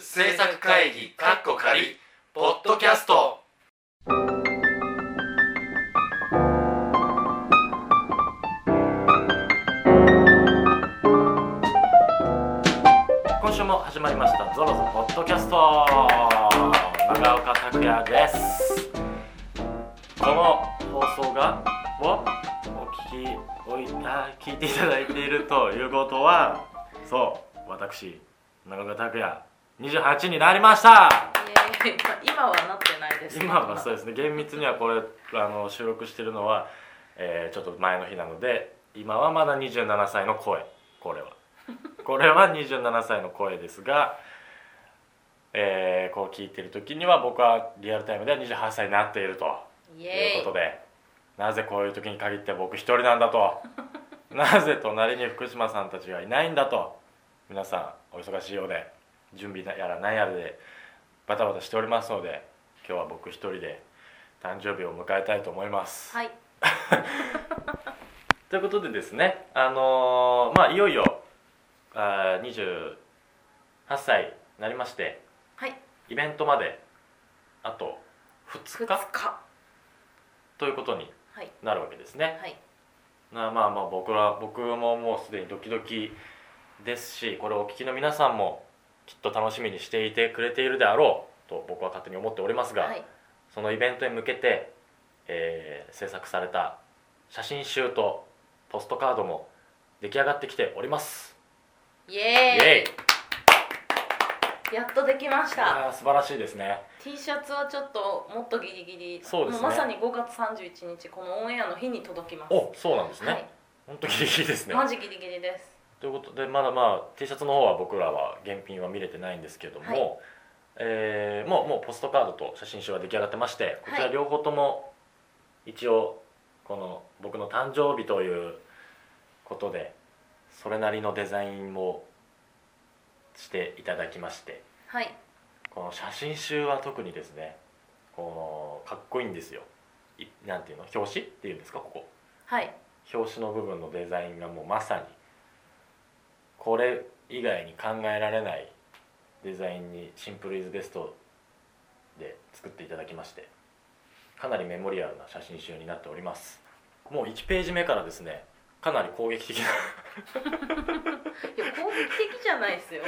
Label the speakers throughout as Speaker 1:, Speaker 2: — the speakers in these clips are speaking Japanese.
Speaker 1: 制作会議かっこ仮ポッドキャスト今週も始まりましたゾロズポッドキャスト長岡拓也ですこの放送がをお聞きおいあ聞いていただいているということはそう私長岡拓也28になりました
Speaker 2: いやいや今はなってないです
Speaker 1: 今はそうですね厳密にはこれあの収録してるのは、えーちょっと前の日なので今はまだ27歳の声こ れはこれは27歳の声ですが、えーこう聞いてる時には僕はリアルタイムでは28歳になっていると
Speaker 2: イ
Speaker 1: い
Speaker 2: エ
Speaker 1: う
Speaker 2: ー
Speaker 1: こと
Speaker 2: イ
Speaker 1: でなぜこういう時に限って僕一人なんだ となぜ隣に福島さんたちがいないんだと皆さんお忙しいようで準備やら何やらでバタバタしておりますので今日は僕一人で誕生日を迎えたいと思います。
Speaker 2: はい
Speaker 1: ということでですねあのーまあいよいよあー28歳になりまして
Speaker 2: はい
Speaker 1: イベントまであと2
Speaker 2: 2
Speaker 1: 日
Speaker 2: 日
Speaker 1: ということに
Speaker 2: はい
Speaker 1: なるわけですね。
Speaker 2: はい
Speaker 1: なまあまあ僕ら僕ももうすでにドキドキですしこれをお聞きの皆さんもきっと楽しみにしていてくれているであろうと僕は勝手に思っておりますが、
Speaker 2: はい
Speaker 1: そのイベントに向けて、えー制作された写真集とポストカードも出来上がってきております、
Speaker 2: イエーイ
Speaker 1: イエイ
Speaker 2: やっとできまし
Speaker 1: い
Speaker 2: た
Speaker 1: やー素晴らしいですね
Speaker 2: T シャツはちょっともっとギリギリ
Speaker 1: そうですね
Speaker 2: もまさに5月31日このオンエアの日に届きます
Speaker 1: おそうなんですね、
Speaker 2: はい
Speaker 1: ほんとギリギリですね
Speaker 2: マジギリギリです
Speaker 1: ということでまだまあ T シャツの方は僕らは現品は見れてないんですけども、
Speaker 2: はい
Speaker 1: えーもうもうポストカードと写真集が出来上がってましてこちら
Speaker 2: はい
Speaker 1: 両方とも一応この僕の誕生日ということでそれなりのデザインをしていただきまして
Speaker 2: はい
Speaker 1: この写真集は特にですねこのかっこいいんですよいなんていうの表紙っていうんですかここ
Speaker 2: はい
Speaker 1: 表紙の部分のデザインがもうまさにこれ以外に考えられないデザインにシンプルイズベストで作っていただきましてかなりメモリアルな写真集になっておりますもう1ページ目からですねかなり攻撃的な
Speaker 2: いや攻撃的じゃない ですよ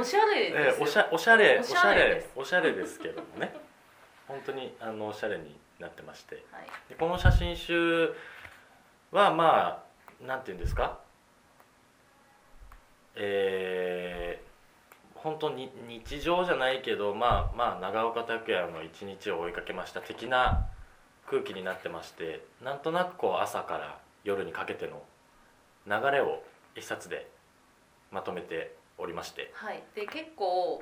Speaker 2: おしゃれ で
Speaker 1: えー
Speaker 2: すよ
Speaker 1: おしゃおしゃれ
Speaker 2: お
Speaker 1: お
Speaker 2: し
Speaker 1: し
Speaker 2: ゃ
Speaker 1: ゃ
Speaker 2: れで
Speaker 1: れ
Speaker 2: す
Speaker 1: おしゃれですけどもね本当にあのおしゃれになってまして
Speaker 2: はい
Speaker 1: でこの写真集はまあなんて言うんですかえー、本当に日常じゃないけどまあまあ長岡拓也の一日を追いかけました的な空気になってましてなんとなくこう朝から夜にかけての流れを一冊でまとめておりまして
Speaker 2: はい、で結構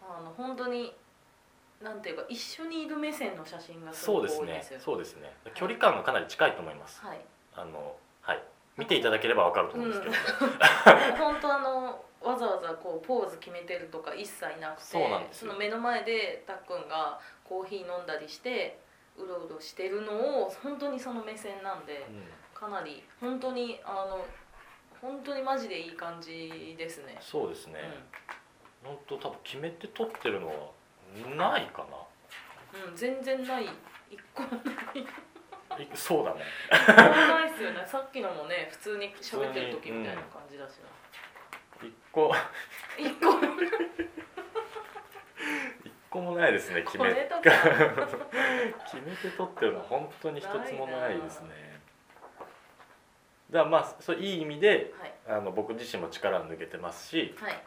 Speaker 2: あの本当になんていうか一緒にいる目線の写真がす
Speaker 1: そ
Speaker 2: ご
Speaker 1: う
Speaker 2: く
Speaker 1: です
Speaker 2: 多いで
Speaker 1: ね
Speaker 2: すよね。
Speaker 1: そうですね距離感がかなり近いと思います
Speaker 2: はい、
Speaker 1: あのはい見ていただければわかると
Speaker 2: う
Speaker 1: 思うん
Speaker 2: ん
Speaker 1: ですけど、、
Speaker 2: 本当あのわざわざこうポーズ決めてるとか一切なくて
Speaker 1: そうなんですよ
Speaker 2: の目の前でたっくんがコーヒー飲んだりしてうろうろしてるのを本当にその目線なんで
Speaker 1: うん
Speaker 2: かなり本当にあの本当にマジでいい感じですね。
Speaker 1: そうですね、本当多分決めて撮ってるのはないか
Speaker 2: うん、うん、全然ない一個もない。
Speaker 1: ないそうだね
Speaker 2: ないですよね。さっきのもね、普通に喋ってる時みたいな感じだしな。
Speaker 1: 一個
Speaker 2: 一個も
Speaker 1: 一個もないですね決
Speaker 2: こ
Speaker 1: め
Speaker 2: れとか。
Speaker 1: 決めて撮ってるのは本当に一つもないですねだからまあそういい意味で
Speaker 2: はい。
Speaker 1: あの僕自身も力抜けてますし
Speaker 2: はい。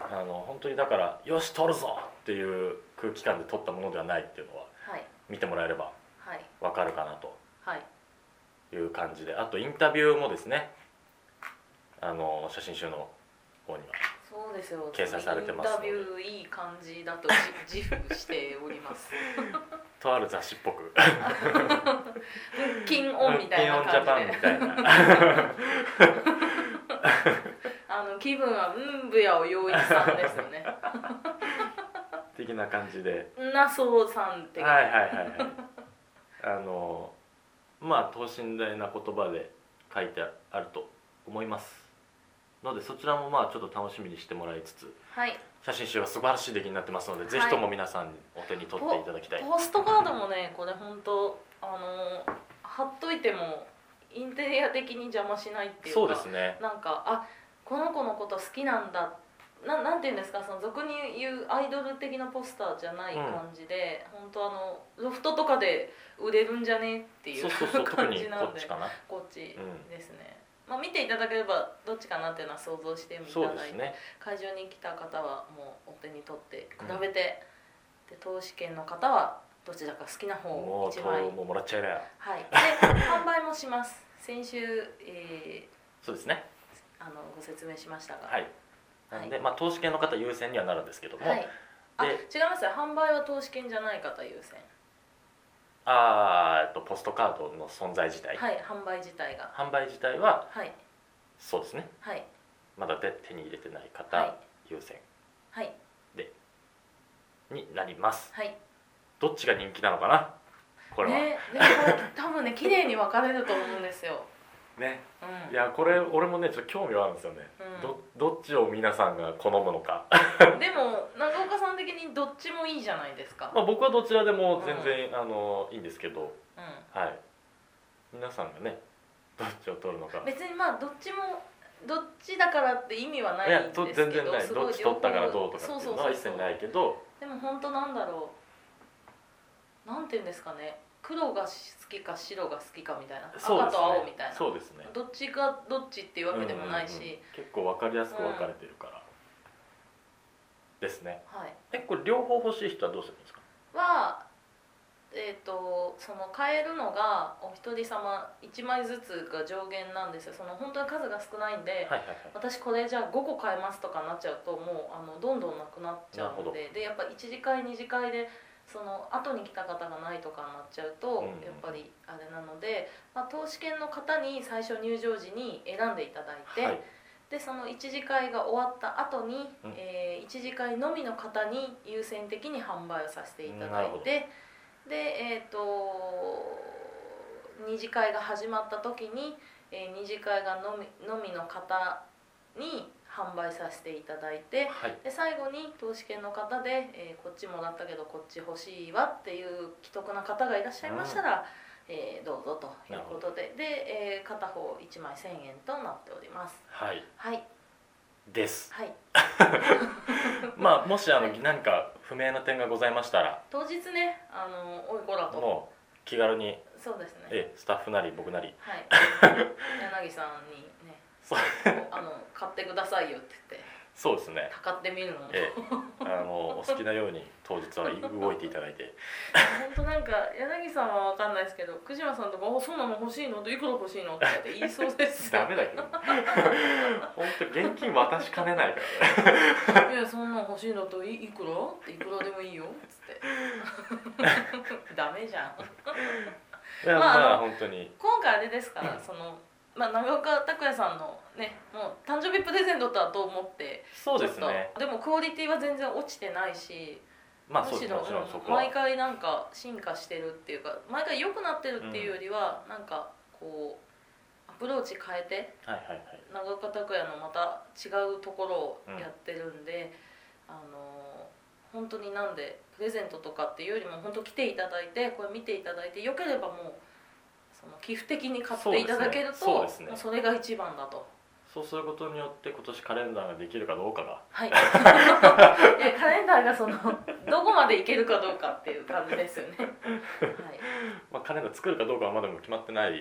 Speaker 1: あの本当にだから「よし撮るぞ!」っていう空気感で撮ったものではないっていうのは
Speaker 2: はい。
Speaker 1: 見てもらえれば
Speaker 2: はい。
Speaker 1: わかるかなと
Speaker 2: はい。
Speaker 1: いう感じであとインタビューもですねあの写真集の方には
Speaker 2: そうですよ。
Speaker 1: 掲載されてます
Speaker 2: インタビューいい感じだとじ自負しており ます。
Speaker 1: とある雑誌っぽく
Speaker 2: 金オンみたい
Speaker 1: ピ
Speaker 2: な
Speaker 1: ンオンジャパン
Speaker 2: 感じ
Speaker 1: み
Speaker 2: で。
Speaker 1: たい な
Speaker 2: あの気分はうんぶやおよいさんですよね。
Speaker 1: 的な感じで
Speaker 2: なそうさんって。
Speaker 1: はいは
Speaker 2: は
Speaker 1: いはいはいあのまあ等身大な言葉で書いてあると思いますなのでそちらもまあちょっと楽しみにしてもらいつつ
Speaker 2: はい
Speaker 1: 写真集が素晴らしい出来になってますので、
Speaker 2: い
Speaker 1: ぜひとも皆さんお手に取っていただきたい
Speaker 2: ポストカードもねこれ本当あのー貼っといてもインテリア的に邪魔しないっていうか
Speaker 1: そうですね
Speaker 2: なんかあこの子のこと好きなんだななんていうんですかその俗に言うアイドル的なポスターじゃない感じで、本当あのロフトとかで売れるんじゃねっていう
Speaker 1: そうそうそう特
Speaker 2: 感
Speaker 1: に
Speaker 2: じな
Speaker 1: こ
Speaker 2: ん
Speaker 1: っ
Speaker 2: で
Speaker 1: ちかな
Speaker 2: こっちですね、まあ見ていただければどっちかなっていうのは想像してみていた
Speaker 1: そうで
Speaker 2: だい
Speaker 1: す
Speaker 2: て、
Speaker 1: ね
Speaker 2: 会場に来た方はもうお手に取って比べて、で投資券の方はどちらか好きな方を
Speaker 1: もう
Speaker 2: 1枚
Speaker 1: ともうもらっちゃえばや
Speaker 2: はいで販売もします先週、え
Speaker 1: そうですね
Speaker 2: ーあのご説明しましたが
Speaker 1: はいなんで、まあ投資系の方優先にはなるんですけども、
Speaker 2: はい、あ違い
Speaker 1: で
Speaker 2: ます販売は投資券じゃない方優先
Speaker 1: あーえっとポストカードの存在自体、
Speaker 2: はい販売自体が
Speaker 1: 販売自体は
Speaker 2: はい
Speaker 1: そうですね
Speaker 2: はい
Speaker 1: まだで手に入れてない
Speaker 2: は
Speaker 1: 方
Speaker 2: い
Speaker 1: 優先
Speaker 2: はい
Speaker 1: になります、
Speaker 2: はい
Speaker 1: どっちが人気なのかなこれはね
Speaker 2: ねでも多分ね綺麗に分かれると思うんですようん
Speaker 1: いやこれ俺もねちょっと興味はあるんですよね、
Speaker 2: うん
Speaker 1: どどっちを皆さんが好むのか、
Speaker 2: でも長岡さん的にどっちもいいじゃないですか、
Speaker 1: まあ、僕はどちらでも全然、あのいいんですけど
Speaker 2: う
Speaker 1: はい皆さんがねどっちを取るのか
Speaker 2: ん、別にまあどっちもどっちだからって意味はない
Speaker 1: い
Speaker 2: ん
Speaker 1: や
Speaker 2: ですけ
Speaker 1: と
Speaker 2: ど
Speaker 1: 全然ない
Speaker 2: す
Speaker 1: ど
Speaker 2: ご
Speaker 1: っ
Speaker 2: い
Speaker 1: ち取ったから
Speaker 2: 両
Speaker 1: ど
Speaker 2: 方
Speaker 1: うとかってい
Speaker 2: そうう
Speaker 1: の
Speaker 2: そ
Speaker 1: は
Speaker 2: う
Speaker 1: 一
Speaker 2: そう
Speaker 1: 切ないけど
Speaker 2: でも本当なんだろうなんていうんですかね黒が好きか白が好きかみたいな
Speaker 1: そう
Speaker 2: 赤
Speaker 1: です
Speaker 2: と
Speaker 1: ね
Speaker 2: 青みたいな
Speaker 1: そうですね
Speaker 2: どっちがどっちっていうわけでもないし、
Speaker 1: うんうんうん結構分かりやすく分かれてるから、ですね
Speaker 2: はい
Speaker 1: えこれ両方欲しい人はどうするんですか
Speaker 2: はえー、とその買えるのがお一人様1枚ずつが上限なんですよその本当に数が少ないんで、
Speaker 1: はいはいはい
Speaker 2: 私これじゃあ5個買えますとかなっちゃうともうあのどんどんなくなっちゃうの
Speaker 1: な
Speaker 2: ででやっぱ1次会2次会でその後に来た方がないとかになっちゃう
Speaker 1: うん
Speaker 2: と
Speaker 1: うん
Speaker 2: やっぱりあれなので、まあ、投資券の方に最初入場時に選んでいただいて、
Speaker 1: はい
Speaker 2: でその1次会が終わった後に、
Speaker 1: うん
Speaker 2: え1次会のみの方に優先的に販売をさせていた
Speaker 1: な
Speaker 2: だ
Speaker 1: る
Speaker 2: い
Speaker 1: ほど
Speaker 2: てでえっ、と2次会が始まった時に、え2次会がのみのみの方に販売させていただいて
Speaker 1: はい
Speaker 2: で最後に投資券の方で、えーこっちもらったけどこっち欲しいわっていう既得な方がいらっしゃいましたら、えーどうぞということでで、えー片方1枚1,000円となっております。
Speaker 1: はい
Speaker 2: はい
Speaker 1: です
Speaker 2: はい、
Speaker 1: まあもしあの
Speaker 2: はい
Speaker 1: 何か不明な点がございましたら
Speaker 2: 当日ね、あの、おいこらと。
Speaker 1: もう気軽に
Speaker 2: そうですね。
Speaker 1: えスタッフなり僕なり
Speaker 2: はい。柳さんにね、
Speaker 1: そう
Speaker 2: あの、買ってくださいよって言って、
Speaker 1: そうですね
Speaker 2: たかってみるのも。
Speaker 1: ええあのお好きなように当日は動いていただいて
Speaker 2: 本当なんか、柳さんはわかんないですけど、久島さんとか、お、そうなの欲しいの、といくら欲しいのって言って 言いそうです。
Speaker 1: ダメだけど 本当現金渡しかねないからね
Speaker 2: いや、そんなの欲しいのと、いいくらって、いくらでもいいよっつ って。ダメじゃん。
Speaker 1: いや
Speaker 2: まあ
Speaker 1: まあ
Speaker 2: あの
Speaker 1: 本当に
Speaker 2: 今回あれですから、
Speaker 1: うん
Speaker 2: その。まあ、長岡拓也さんのねもう誕生日プレゼントだと思って
Speaker 1: そうですね
Speaker 2: ちょっとでもクオリティは全然落ちてないし、
Speaker 1: まあそう
Speaker 2: む
Speaker 1: で
Speaker 2: し
Speaker 1: すね
Speaker 2: ろ
Speaker 1: もちろんそこは
Speaker 2: 毎回なんか進化してるっていうか毎回良くなってるっていうよりは、なんかこうアプローチ変えて
Speaker 1: はいはいはい
Speaker 2: 長岡拓也のまた違うところをやってるんで、あの本当になんでプレゼントとかっていうよりも本当来ていただいてこれ見ていただいてよければもうその寄付的に買っていただけると
Speaker 1: そうですねそうですね
Speaker 2: もうそれが一番だと。
Speaker 1: そうすることによって今年カレンダーができるかどうかが
Speaker 2: はい。いやカレンダーがそのどこまでいけるかどうかっていう感じですよね。はい。
Speaker 1: まあカレンダー作るかどうかはまだも決まってない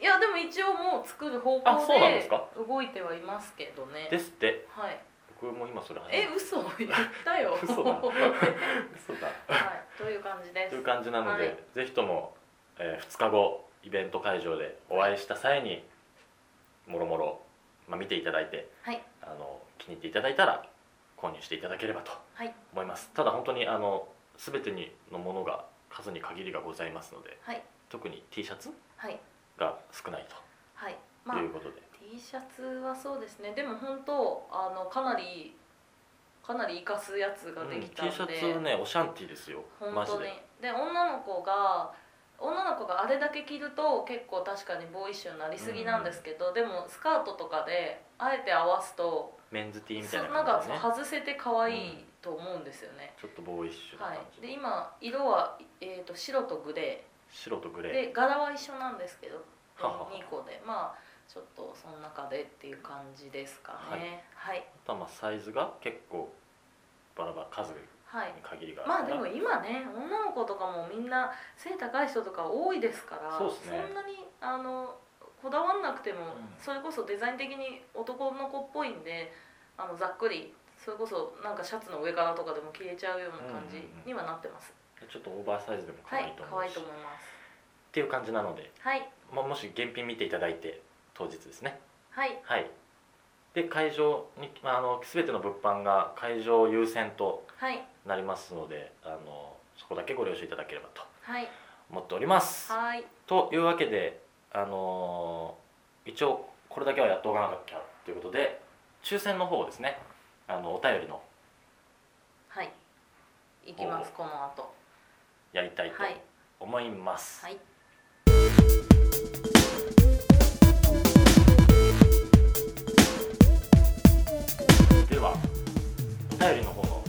Speaker 2: いやでも一応もう作る方
Speaker 1: あそう
Speaker 2: 向
Speaker 1: なんです
Speaker 2: で
Speaker 1: か
Speaker 2: 動いてはいますけどね。
Speaker 1: ですって
Speaker 2: はい。
Speaker 1: 僕も今それ初め
Speaker 2: え
Speaker 1: て
Speaker 2: 嘘言った よ。
Speaker 1: 嘘だ
Speaker 2: は
Speaker 1: そうだ
Speaker 2: い。という感じです
Speaker 1: という。感じなので、
Speaker 2: はい
Speaker 1: ぜひとも、え2日後イベント会場でお会いした際にもろもろまあ見ていただいて
Speaker 2: はい
Speaker 1: あの気に入っていただいたら購入していただければと
Speaker 2: はい
Speaker 1: 思いますただ本当にあの全てにのものが数に限りがございますので
Speaker 2: はい
Speaker 1: 特に T シャツ
Speaker 2: はい
Speaker 1: が少ない
Speaker 2: はい。ま
Speaker 1: と
Speaker 2: あ
Speaker 1: いうことで、
Speaker 2: T シャツはそうですね。でも本当あのかなりかなり活かすやつが
Speaker 1: うん
Speaker 2: で
Speaker 1: T
Speaker 2: き
Speaker 1: シ
Speaker 2: たんで。
Speaker 1: ャツねオシャンティーですよ
Speaker 2: 本
Speaker 1: マジ
Speaker 2: 当に
Speaker 1: で
Speaker 2: で女の子が女の子があれだけ着ると結構確かにボーイッシュになりすぎなんですけど、でもスカートとかであえて合わすと
Speaker 1: メンズティーみた
Speaker 2: そ
Speaker 1: いうな
Speaker 2: なん
Speaker 1: 感
Speaker 2: か
Speaker 1: じでね
Speaker 2: 外せて可愛いと思うんですよね、
Speaker 1: ちょっとボーイッシュな
Speaker 2: は
Speaker 1: 感
Speaker 2: い、
Speaker 1: じ、
Speaker 2: で今色は、えー、と白とグレ
Speaker 1: 白とグ
Speaker 2: ー
Speaker 1: レー
Speaker 2: で柄は一緒なんですけど
Speaker 1: ははは
Speaker 2: 2個でまあちょっとその中でっていう感じですかねはい、
Speaker 1: あとはまあサイズが結構バラバラ数に
Speaker 2: はい
Speaker 1: 限りがあ
Speaker 2: まあ
Speaker 1: る
Speaker 2: で
Speaker 1: から、
Speaker 2: も今ね女の子とかもみんな背高い人とか多いですから
Speaker 1: そうっすね
Speaker 2: んなにあのこだわんなくても、
Speaker 1: うん
Speaker 2: それこそデザイン的に男の子っぽいんであのざっくりそれこそなんかシャツの上からとかでも消えちゃうような感じにはなってます、
Speaker 1: ちょっとオーバーサイズでも可愛いと思うし、
Speaker 2: はい可愛いと
Speaker 1: っ
Speaker 2: 思います
Speaker 1: ていう感じなので、
Speaker 2: はい
Speaker 1: まあ、もし現品見ていただいて当日ですね
Speaker 2: はい
Speaker 1: はいで会場に、まあ、あの全ての物販が会場優先と
Speaker 2: はい
Speaker 1: なりますのであのそこだけご了承いただければと
Speaker 2: はい
Speaker 1: 思っております
Speaker 2: はい
Speaker 1: というわけであのー一応これだけはやっておかなきゃということで抽選の方をですねあのお便りの
Speaker 2: はいいきますこの後
Speaker 1: やりたいと
Speaker 2: はい
Speaker 1: 思います、
Speaker 2: はい
Speaker 1: ではお便りの方の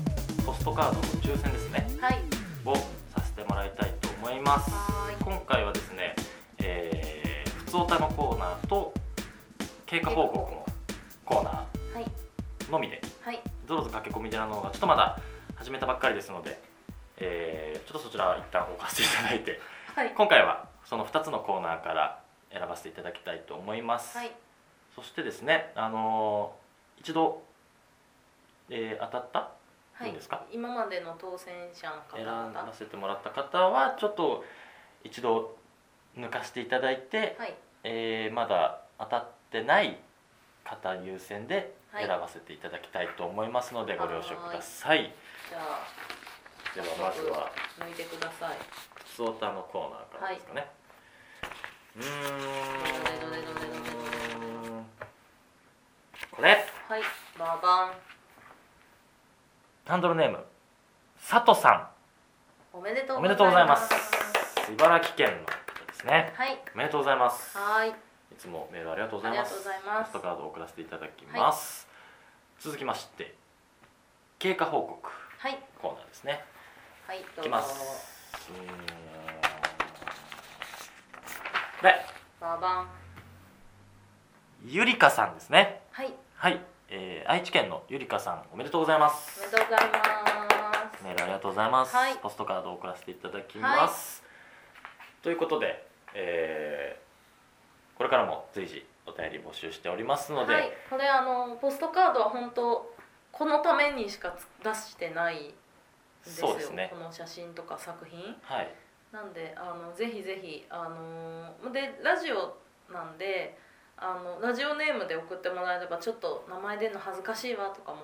Speaker 1: ポストカードの抽選ですね
Speaker 2: はい
Speaker 1: をさせてもらいたいと思います
Speaker 2: はーい
Speaker 1: 今回はですね、えー、普通おたのコーナーと経過報告のコーナ
Speaker 2: はい
Speaker 1: ーのみで
Speaker 2: はい
Speaker 1: ゾロズ駆け込み寺の方がちょっとまだ始めたばっかりですので、えーちょっとそちらは一旦置かせていただいて
Speaker 2: はい
Speaker 1: 今回はその2つのコーナーから選ばせていただきたいと思います、
Speaker 2: はい
Speaker 1: そしてですね、あのー一度、えー当たった
Speaker 2: はい
Speaker 1: いんですか
Speaker 2: 今までの当選者の方
Speaker 1: 選
Speaker 2: 々
Speaker 1: ばせてもらった方はちょっと一度抜かしていただいて、
Speaker 2: はい
Speaker 1: えーまだ当たってない方優先で
Speaker 2: はい
Speaker 1: 選ばせていただきたいと思いますのでご了承ください、
Speaker 2: じゃあ
Speaker 1: ではまずは
Speaker 2: 抜いてください
Speaker 1: 「普通オタ」のコーナーからですかね、う
Speaker 2: どれどれどれどれ
Speaker 1: ーんこれ
Speaker 2: はいババン
Speaker 1: ハンドルネーム佐藤さ
Speaker 2: おめでと
Speaker 1: ん
Speaker 2: う
Speaker 1: おめでとうございます
Speaker 2: ござ
Speaker 1: 茨城県の方ですね
Speaker 2: はい
Speaker 1: おめでとうございます
Speaker 2: はい
Speaker 1: いつもメールありがとうございます。
Speaker 2: ありがとうございます
Speaker 1: ポストカードを送らせていただきます。続きまして、経過報告
Speaker 2: はい
Speaker 1: コーナーですね。
Speaker 2: はい
Speaker 1: いき
Speaker 2: どうぞ
Speaker 1: ます。うーんこれ、
Speaker 2: ババン
Speaker 1: ゆりかさんですね。
Speaker 2: はい
Speaker 1: はい、えー愛知県のゆりかさん、おめでとうございま
Speaker 2: お
Speaker 1: す
Speaker 2: め。でとうございます
Speaker 1: メールありがとうございます。
Speaker 2: はい
Speaker 1: ポストカードを送らせていただきます。ということで、えーこれからも随時お便り募集しておりますので、
Speaker 2: はいこれあのポストカードは本当このためにしか出してないんですよ
Speaker 1: そうですね
Speaker 2: この写真とか作品
Speaker 1: はい、
Speaker 2: なんであのぜひぜひあのーでラジオなんであのラジオネームで送ってもらえればちょっと名前出るの恥ずかしいわとかも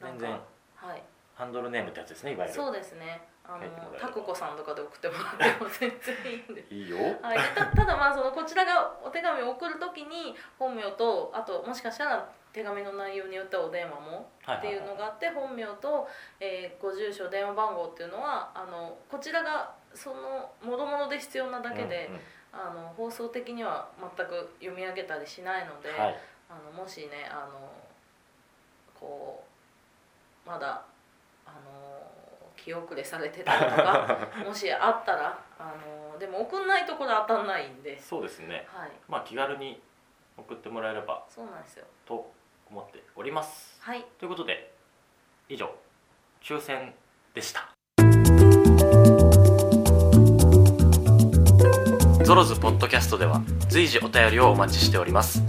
Speaker 2: なん
Speaker 1: 全
Speaker 2: か
Speaker 1: 然
Speaker 2: はい
Speaker 1: ハンドルネームってやつですねいわゆる
Speaker 2: そうですねあ
Speaker 1: 書いてもらえ
Speaker 2: の
Speaker 1: れば。
Speaker 2: タクコさんとかで送ってもらっても全然いいんで
Speaker 1: いいよ
Speaker 2: はい、たただまあそのこちらがお手紙を送るときに本名とあともしかしたら手紙の内容によってはお電話も
Speaker 1: は
Speaker 2: っていうのがあって本名と、えーご住所電話番号っていうのはあのこちらがそのもろもろで必要なだけで、
Speaker 1: うんうん
Speaker 2: あの放送的には全く読み上げたりしないので、
Speaker 1: はい
Speaker 2: あのもしねあのこうまだあの気遅れされてたりと かもしあったらあのでも送んないとこれ当たんないんで、
Speaker 1: そうですね
Speaker 2: はい、
Speaker 1: まあ気軽に送ってもらえれば
Speaker 2: そうなんですよ。
Speaker 1: と思っております
Speaker 2: はい、
Speaker 1: ということで以上抽選でしたゾロズポッドキャストでは随時お便りをお待ちしております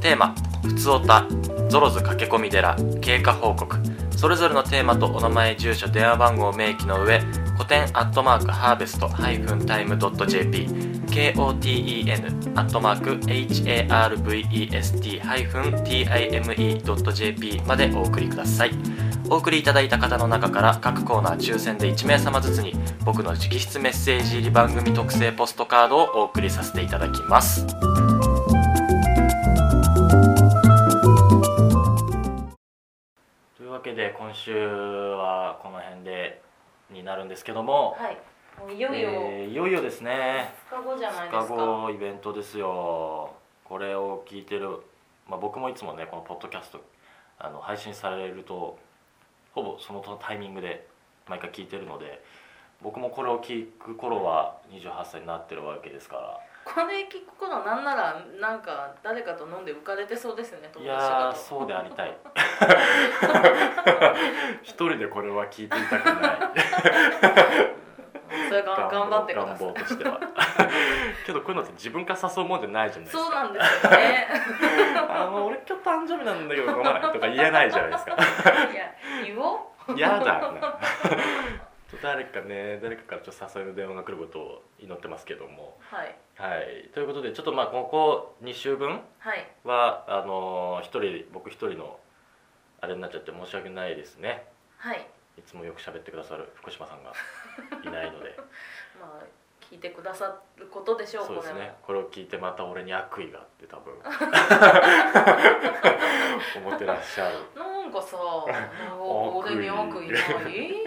Speaker 1: テーマ「ふつおた」「ゾロズ駆け込み寺」「経過報告」それぞれのテーマとお名前住所電話番号を明記の上古典アットマークハーベストハイフンタイムドット JP KOTEN アットマーク HARVEST ハイフン TIME ドット JP までお送りくださいお送りいただいた方の中から各コーナー抽選で1名様ずつに僕の直筆メッセージ入り番組特製ポストカードをお送りさせていただきますというわけで今週はこの辺でになるんですけども、
Speaker 2: はい、もういよいよ
Speaker 1: えーいよいよですね
Speaker 2: 2日後じゃない
Speaker 1: 2
Speaker 2: です
Speaker 1: 日
Speaker 2: か、
Speaker 1: 後イベントですよこれを聞いてる、まあ、僕もいつもねこのポッドキャストあの配信されるとほぼそのタイミングで毎回聞いてるので僕もこれを聞く頃は28歳になってるわけですから
Speaker 2: これ聞く頃なんならなんか誰かと飲んで浮かれてそうですね
Speaker 1: い
Speaker 2: 友達と
Speaker 1: や
Speaker 2: か
Speaker 1: ー
Speaker 2: と
Speaker 1: そうでありたい 一人でこれは聞いていたくない
Speaker 2: うんそれが頑張ってくださ
Speaker 1: 願
Speaker 2: い
Speaker 1: 望としてはけどこういうのって自分から誘うもんじゃないじゃないですか
Speaker 2: そうなんですよね
Speaker 1: あの俺今日誕生日なんだけど飲まないとか言えないじゃないですか
Speaker 2: いや言おう
Speaker 1: 嫌だな誰かね誰かからちょっと誘いの電話が来ることを祈ってますけども
Speaker 2: はい
Speaker 1: はいということでちょっとまあここ2週分
Speaker 2: はい
Speaker 1: はあのー一人僕一人のあれになっちゃって申し訳ないですね
Speaker 2: はい
Speaker 1: いつもよく喋ってくださる福島さんがいない ので
Speaker 2: まあ聞いてくださることでしょう
Speaker 1: そうですねこれを聞いてまた俺に悪意があって多 分思ってらっしゃる
Speaker 2: これもなんかさなんか俺に悪意ない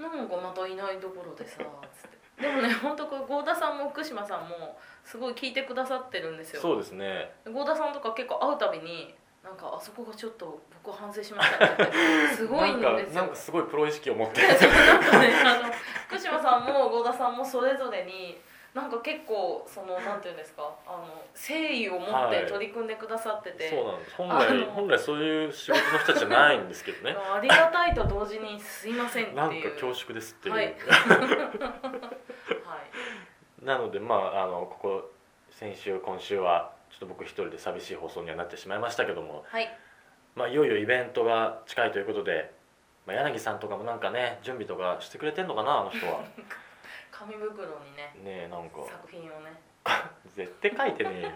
Speaker 2: なんかまたいないところでさつってでもね本当これ郷田さんも福島さんもすごい聞いてくださってるんですよ
Speaker 1: そうですね
Speaker 2: 郷田さんとか結構会うたびになんかあそこがちょっと僕反省しましたねってすごいん
Speaker 1: なん
Speaker 2: です
Speaker 1: かなん
Speaker 2: よ
Speaker 1: かすごいプロ意識を持って
Speaker 2: なんかねあの 福島さんも郷田さんもそれぞれになんか結構そのなんていうんですかあの誠意を持って取り組んでくださってて、
Speaker 1: そうなんです本
Speaker 2: あ
Speaker 1: 来
Speaker 2: の
Speaker 1: 本来そういう仕事の人たちじゃないんですけ どね
Speaker 2: ありがたいと同時にすいませんっていう
Speaker 1: なんか恐縮ですっていう、
Speaker 2: はいはい
Speaker 1: なのでまああのここ先週今週はちょっと僕一人で寂しい放送にはなってしまいましたけども、
Speaker 2: はい
Speaker 1: まあ、いよいよイベントが近いということで、まあ、柳さんとかもなんかね準備とかしてくれてんのかなあの人 は
Speaker 2: 紙袋にね
Speaker 1: ねえなんか
Speaker 2: 作品をね
Speaker 1: 絶対書いてね えよ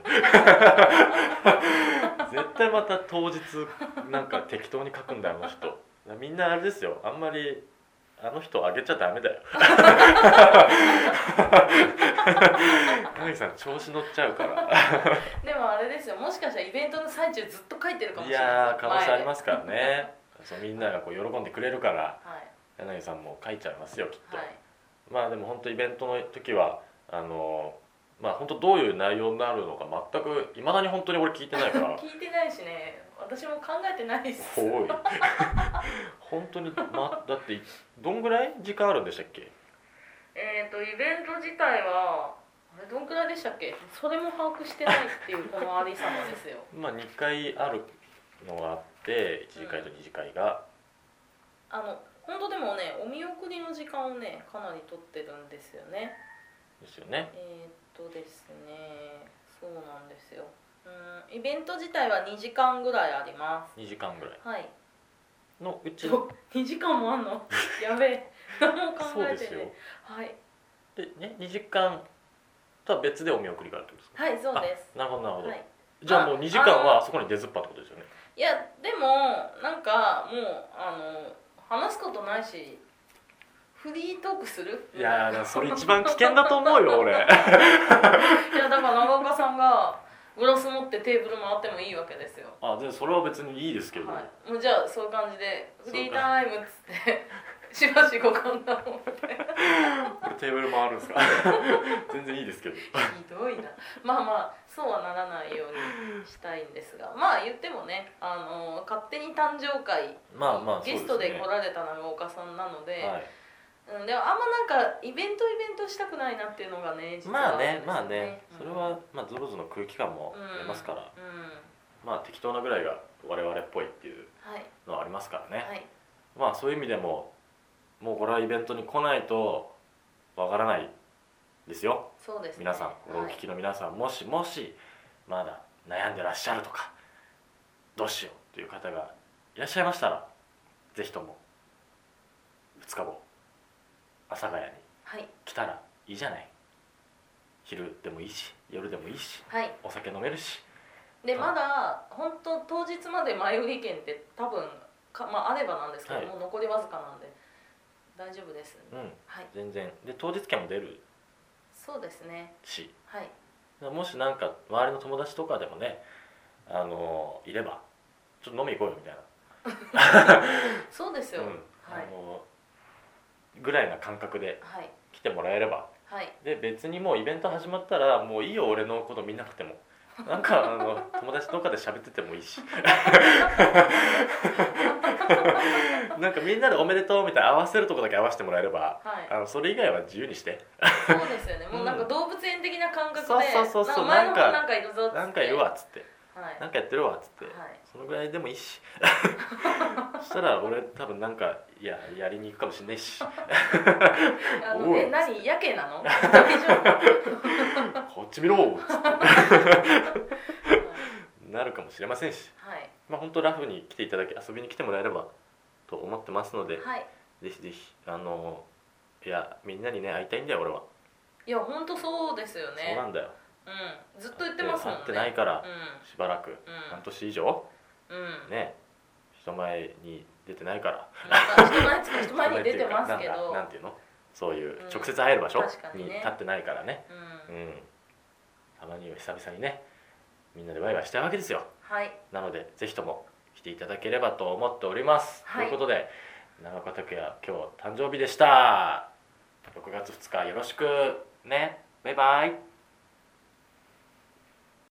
Speaker 1: 絶対また当日なんか適当に書くんだよあの人みんなあれですよあんまりあの人あげちゃダメだ よ高木さん調子乗っちゃう から
Speaker 2: でもあれですよもしかしたらイベントの最中ずっと書いてるかも
Speaker 1: い
Speaker 2: しれない
Speaker 1: やー可能性ありますすからねそうみんながこう喜んでくれるから
Speaker 2: 前で
Speaker 1: 柳さんも書いちゃいますよきっと、
Speaker 2: はいはい
Speaker 1: まあでも本当イベントの時はあのまあ本当どういう内容になるのか全くいまだに本当に俺聞いてないから
Speaker 2: 聞いてないしね私も考えてないです
Speaker 1: おい本当に、ま、だってどんぐらい時間あるんでしたっけ
Speaker 2: えっ、とイベント自体はあれどんくらいでしたっけそれも把握してないっていうこのありさまですよ
Speaker 1: まあ2回あるのがあって1次会と2次会が、
Speaker 2: あの本当でもねお見送りの時間をねかなり取ってるんですよね
Speaker 1: ですよね
Speaker 2: えーっとですねそうなんですようんイベント自体は2時間ぐらいありま
Speaker 1: 2時間ぐらい
Speaker 2: すはい
Speaker 1: のうち
Speaker 2: ちょ2時間もあんの やべえ何も考
Speaker 1: そう
Speaker 2: え
Speaker 1: で
Speaker 2: て
Speaker 1: すよ
Speaker 2: ねはい
Speaker 1: でね2時間とは別でお見送りがあるってことですか
Speaker 2: はいそうです
Speaker 1: あなるほどなるほど、
Speaker 2: はい
Speaker 1: じゃあもう
Speaker 2: あ
Speaker 1: 2時間はそこに出ずっぱってことですよね
Speaker 2: いやでもなんかもうあの話すことないしフリートークする
Speaker 1: いやーそれ一番危険だと思う よ俺
Speaker 2: いやだから長岡さんがグラス持ってテーブル回ってもいいわけですよ
Speaker 1: あでそれは別にいいですけど、
Speaker 2: はい、もうじゃあそういう感じで「フリータイム」っつってしばしご勘談を
Speaker 1: これテーブル回るんです か全然いいですけど
Speaker 2: ひどいなまあまあそうはならないようにしたいんですがまあ言ってもねあの勝手に誕生会
Speaker 1: まあまあそう
Speaker 2: ゲ
Speaker 1: ですね
Speaker 2: ストで来られた長岡さんなので、
Speaker 1: はい
Speaker 2: うん、でもあんまなんかイベントイベントしたくないなっていうのがね実は
Speaker 1: まあ
Speaker 2: るん
Speaker 1: ね
Speaker 2: ですよ
Speaker 1: まあね、
Speaker 2: うん
Speaker 1: それはまあゾロゾロの空気感も
Speaker 2: うん
Speaker 1: 出ますから、
Speaker 2: うん
Speaker 1: まあ適当なぐらいが我々っぽいっていう
Speaker 2: はい
Speaker 1: のはありますからね、
Speaker 2: はい
Speaker 1: まあそういう意味でももうこれはイベントに来ないとわからないですよ
Speaker 2: そうですね
Speaker 1: 皆さんこれをお聞きの皆さん、もしもしまだ悩んでらっしゃるとかどうしようという方がいらっしゃいましたらぜひとも2日後阿佐ヶ谷に
Speaker 2: はい
Speaker 1: 来たらいいじゃない昼でもいいし夜でもいいし
Speaker 2: はい
Speaker 1: お酒飲めるし
Speaker 2: で
Speaker 1: はい
Speaker 2: まだ本当当日まで前売り券って多分かまああればなんですけど、
Speaker 1: はい
Speaker 2: もう残りわずかなんで大丈夫です、
Speaker 1: うん
Speaker 2: はい
Speaker 1: 全然で当日券も出る
Speaker 2: そうですね
Speaker 1: し
Speaker 2: はい
Speaker 1: もしなんか周りの友達とかでもねあのいればちょっと飲み行こうよみたいな
Speaker 2: そうですよ、
Speaker 1: うん
Speaker 2: はい
Speaker 1: あのぐらいな感覚で
Speaker 2: はい
Speaker 1: 来てもらえれば
Speaker 2: はい
Speaker 1: で別にもうイベント始まったらもういいよ俺のこと見なくてもなんかあの友達とかで喋っててもいい しなんかみんなで「おめでとう」みたいな合わせるとこだけ合わせてもらえれば
Speaker 2: はい
Speaker 1: あのそれ以外は自由にして
Speaker 2: そうですよねもうなんか動物園的な感覚で、
Speaker 1: そうそうそうそう
Speaker 2: なんか前の方なんかいるぞっつ
Speaker 1: 「
Speaker 2: って
Speaker 1: なんかいるわ」っつって
Speaker 2: は
Speaker 1: 「
Speaker 2: い
Speaker 1: なんかやってるわ」っつって
Speaker 2: はい
Speaker 1: そのぐらいでもいい しそしたら俺多分なんかいややりに行くかもしんないし
Speaker 2: あ
Speaker 1: お
Speaker 2: の
Speaker 1: い
Speaker 2: え何やけ なの大丈夫はい
Speaker 1: こっち見ろっつって なるかもしれませんし
Speaker 2: はい
Speaker 1: まあ本当ラフに来ていただき遊びに来てもらえればと思ってますので、
Speaker 2: はい
Speaker 1: ぜひぜひあのいやみんなにね会いたいんだよ俺は、
Speaker 2: いや本当そうですよ
Speaker 1: そう
Speaker 2: ね
Speaker 1: なんだよ
Speaker 2: うんずっと言ってますもんね
Speaker 1: 会ってないから
Speaker 2: う
Speaker 1: しばらく、
Speaker 2: ん
Speaker 1: 半年以上
Speaker 2: うんうん
Speaker 1: ね人前に出てないから
Speaker 2: まあ人前つか人前に出てます
Speaker 1: 人前って
Speaker 2: け
Speaker 1: いうかなんだなん
Speaker 2: ど
Speaker 1: ていうのそういう
Speaker 2: うん
Speaker 1: 直接会える場所
Speaker 2: 確かに
Speaker 1: に
Speaker 2: ね
Speaker 1: 立ってないからね
Speaker 2: う
Speaker 1: うんんたまには久々にねみんなでワイワイしたいわけですよ
Speaker 2: はい
Speaker 1: なのでぜひとも来ていただければと思っております、
Speaker 2: はい
Speaker 1: ということで長岡拓也今日誕生日でした6月2日よろしくねバイバイ